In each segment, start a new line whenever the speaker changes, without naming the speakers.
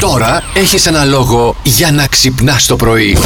Τώρα έχεις ένα λόγο για να ξυπνάς το πρωί.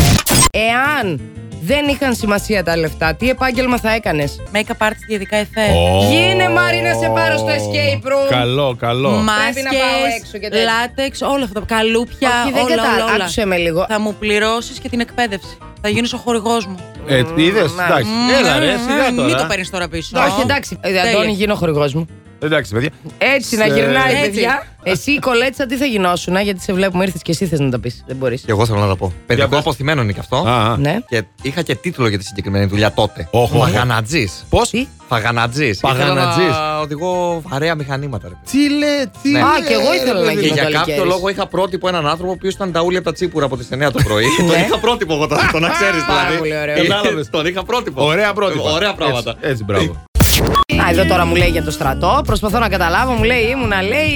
Εάν δεν είχαν σημασία τα λεφτά, τι επάγγελμα θα έκανες.
Make-up artist ειδικά εφέ.
Ω.
Γίνε, Μάρι, να σε πάρω στο escape room.
Καλό, καλό.
Πρέπει να πάω έξω και
Μάσκες,
τέτοια.
λάτεξ, όλα αυτά. Καλούπια,
Όχι, δεν
όλα,
κατάλαβα.
όλα, όλα.
Άκουσε με λίγο.
Θα μου πληρώσεις και την εκπαίδευση. Θα γίνεις ο χορηγός μου.
Ε, είδες, εντάξει. Έλα, ρε,
Μμμ,
σιγά
Μην
τώρα.
το παίρνεις τώρα πίσω.
Όχι, εντάξει. Ε,
Τέλεια.
Αντώνη, γίνω χορηγός μου.
Εντάξει, παιδιά.
Έτσι να
Σε-
γυρνάει,
Έτσι.
παιδιά. Εσύ, η κολέτσα, τι θα γινόσουν, α, γιατί σε βλέπουμε, ήρθες και εσύ θες να τα πεις. Δεν μπορείς.
Και εγώ θέλω να τα πω. Παιδικό
πες.
αποθυμένο είναι και αυτό.
Α, α.
Ναι.
Και είχα και τίτλο για τη συγκεκριμένη δουλειά τότε.
Όχο, όχο.
Φαγανατζή.
Πώς.
Τι?
Φαγανατζή.
Παγανατζής.
Οδηγώ βαρέα μηχανήματα. Ρε. παιδί.
Τι λέ, τι
Ναι.
λέ,
Α, κι εγώ ήθελα
ρε,
να
παιδί.
Και
γίνω.
για κάποιο
καλοκαίρις.
λόγο είχα πρότυπο έναν άνθρωπο που ήταν ταούλι από τα τσίπουρα από τις 9 το πρωί. τον
Ναι.
είχα πρότυπο εγώ τότε, το να ξέρει
Πάρα πολύ ωραίο.
δηλαδή. Κατάλαβες, τον είχα πρότυπο.
Ωραία πρότυπα.
Ωραία πράγματα.
Έτσι, έτσι μπράβο.
Α, εδώ τώρα μου λέει για το στρατό. Προσπαθώ να καταλάβω, μου λέει, ήμουνα, λέει.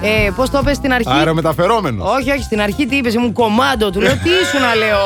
Ε, Πώς το είπε στην αρχή.
Αερομεταφερόμενος.
Όχι, όχι, στην αρχή τι είπες, ήμουν κομμάντο. Του λέω τι ήσουν, να λέω.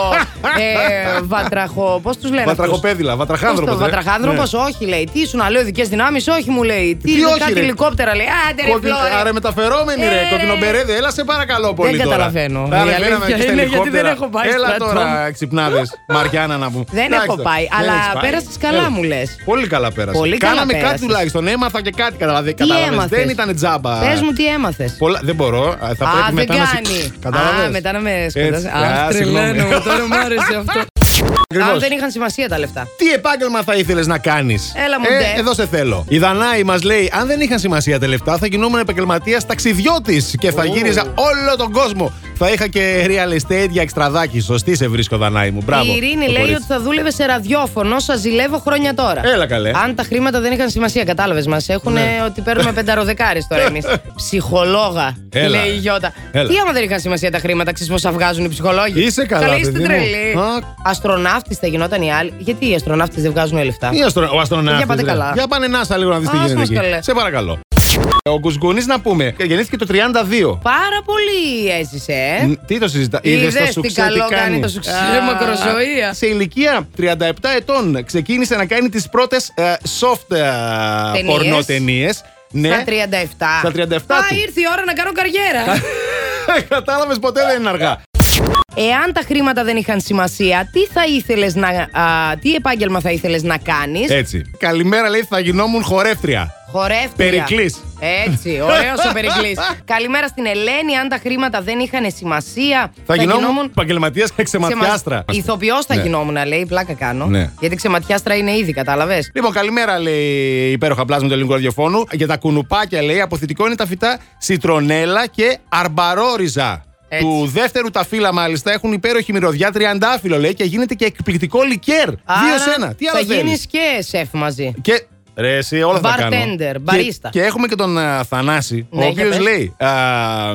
Ε, βατραχό. Πώς τους λένε.
Βατραχοπέδιλα, ε. βατραχάνδροπο.
Βατραχάνδροπο, όχι, λέει. Τι ήσουν, να λέω, ειδικέ δυνάμεις, όχι, μου λέει. Τι,
Ναι. Τι
είναι
όχι,
κάτι
ρε.
ελικόπτερα, λέει. Άντε, ρε, Φλόρη.
Άρα μεταφερόμενη
Ε,
ρε,
ρε.
κοκκινομπερέδε, έλα σε παρακαλώ πολύ τώρα.
καταλαβαίνω.
Άρα,
Η
φέραμε
αλήθεια
και στα
είναι, γιατί
ελικόπτερα.
δεν έχω πάει
Έλα
στρατό.
τώρα, ξυπνάδες, Μαριάννα να μου.
Δεν
Εντάξει,
έχω
τώρα.
πάει,
Δεν
αλλά
έχεις πάει.
πέρασες καλά,
Έλα.
μου λες.
Πολύ καλά πέρασα.
Πολύ καλά
Κάναμε κάτι
πέρασες.
τουλάχιστον, έμαθα και κάτι καταλαβα-
Τι
καταλαβες.
έμαθες?
Δεν ήταν τζάμπα.
Πες μου τι έμαθες.
Πολλά, δεν μπορώ. Α, Θα
Α,
πρέπει
δεν
μετά να σε-
κάνει.
Καταλαβες.
Α, μετά να με
Έτσι.
σκοτάζει.
Α,
Α,
συγγνώμη.
τρελαίνω. Τώρα μου άρεσε αυτό. Αν
Ακριβώς.
δεν είχαν σημασία τα λεφτά.
Τι επάγγελμα θα ήθελες να κάνεις.
Έλα μου, ντε.
ε, Εδώ σε θέλω. Η Δανάη μας λέει: Αν δεν είχαν σημασία τα λεφτά, θα γινόμουν επαγγελματίας ταξιδιώτης και θα γύριζα όλο τον κόσμο. Θα είχα και real estate για εξτραδάκι. Σωστή σε βρίσκω, Δανάη μου. Μπράβο.
Η Ειρήνη
Το
λέει
κορίτσι.
ότι θα δούλευε σε ραδιόφωνο. Σας ζηλεύω χρόνια τώρα.
Έλα καλέ. Ναι.
Αν τα χρήματα δεν είχαν σημασία, κατάλαβες μας. Έχουν ότι παίρνουμε πενταροδεκάρες τώρα εμείς. Ψυχολόγα,
Έλα,
λέει
ρε.
η Γιώτα.
Έλα.
Τι άμα δεν είχαν σημασία τα χρήματα, ξέρεις πώ θα βγάζουν οι ψυχολόγοι.
Είσαι καλά,
Καλά,
παιδί
είστε
μου.
τρελοί.
Α.
Αστροναύτης θα γινόταν οι άλλοι. Γιατί οι αστροναύτες δεν βγάζουν λεφτά.
Ή αστρο- ο αστροναύτης,
Για πάτε
ρε.
καλά.
Για πάνε να λίγο να δεις
Α,
τι γίνεται
σας
εκεί.
καλέ.
Σε παρακαλώ. Ο Κουσκουνή να πούμε, γεννήθηκε το 32.
Πάρα πολύ έζησε. ε.
Ν- Τι το συζητά,
Είδες
είδες το
τι
σουξέ
καλό κάνει το σουξέ,
Α,
μακροζωία.
Σε ηλικία 37 ετών ξεκίνησε να κάνει τις πρώτες ε, soft ε,
Ταινίες.
πορνό ταινίες. Ναι,
Στα 37.
Στα 37
Α,
του.
ήρθε η ώρα να κάνω καριέρα.
κατάλαβες ποτέ δεν είναι αργά.
Εάν τα χρήματα δεν είχαν σημασία, τι θα ήθελες να. α, τι επάγγελμα θα ήθελες να κάνεις.
Έτσι. Καλημέρα λέει θα γινόμουν χορεύτρια.
Χορεύτρια.
Περικλής.
Έτσι, ωραίος ο Περικλής. Καλημέρα στην Ελένη. Αν τα χρήματα δεν είχαν σημασία,
Θα, γινόμουν επαγγελματίας και ξεματιάστρα.
Ηθοποιός θα
Ναι.
γινόμουν, λέει. Πλάκα κάνω.
Ναι.
Γιατί ξεματιάστρα είναι ήδη, κατάλαβες.
Λοιπόν, καλημέρα, λέει η υπέροχα πλάσμα του ελληνικού ραδιοφώνου. Για τα κουνουπάκια, λέει, αποθητικό είναι τα φυτά σιτρονέλα και αρμπαρόριζα.
Έτσι.
Του δεύτερου τα φύλλα, μάλιστα, έχουν υπέροχη μυρωδιά τριαντάφυλλο, λέει, και γίνεται και εκπληκτικό λικέρ. Δύο σε ένα. Τι
θα
άλλο
γίνει
θέλει.
και σεφ μαζί.
Και. Ρε, εσύ, όλα θα κάνω.
Bartender,
Και-
barista.
Και, έχουμε και τον α, Θανάση,
Ναι,
ο
για
οποίο
πες.
λέει. α,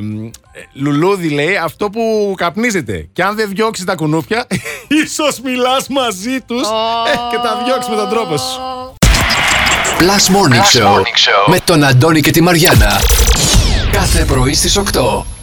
μ, ε, λουλούδι λέει αυτό που καπνίζεται. Και αν δεν διώξει τα κουνούπια, ίσως μιλάς μαζί τους και τα διώξεις με τον τρόπο σου.
Plus Morning, Show, με τον Αντώνη και τη Μαριάνα. Κάθε πρωί στις 8.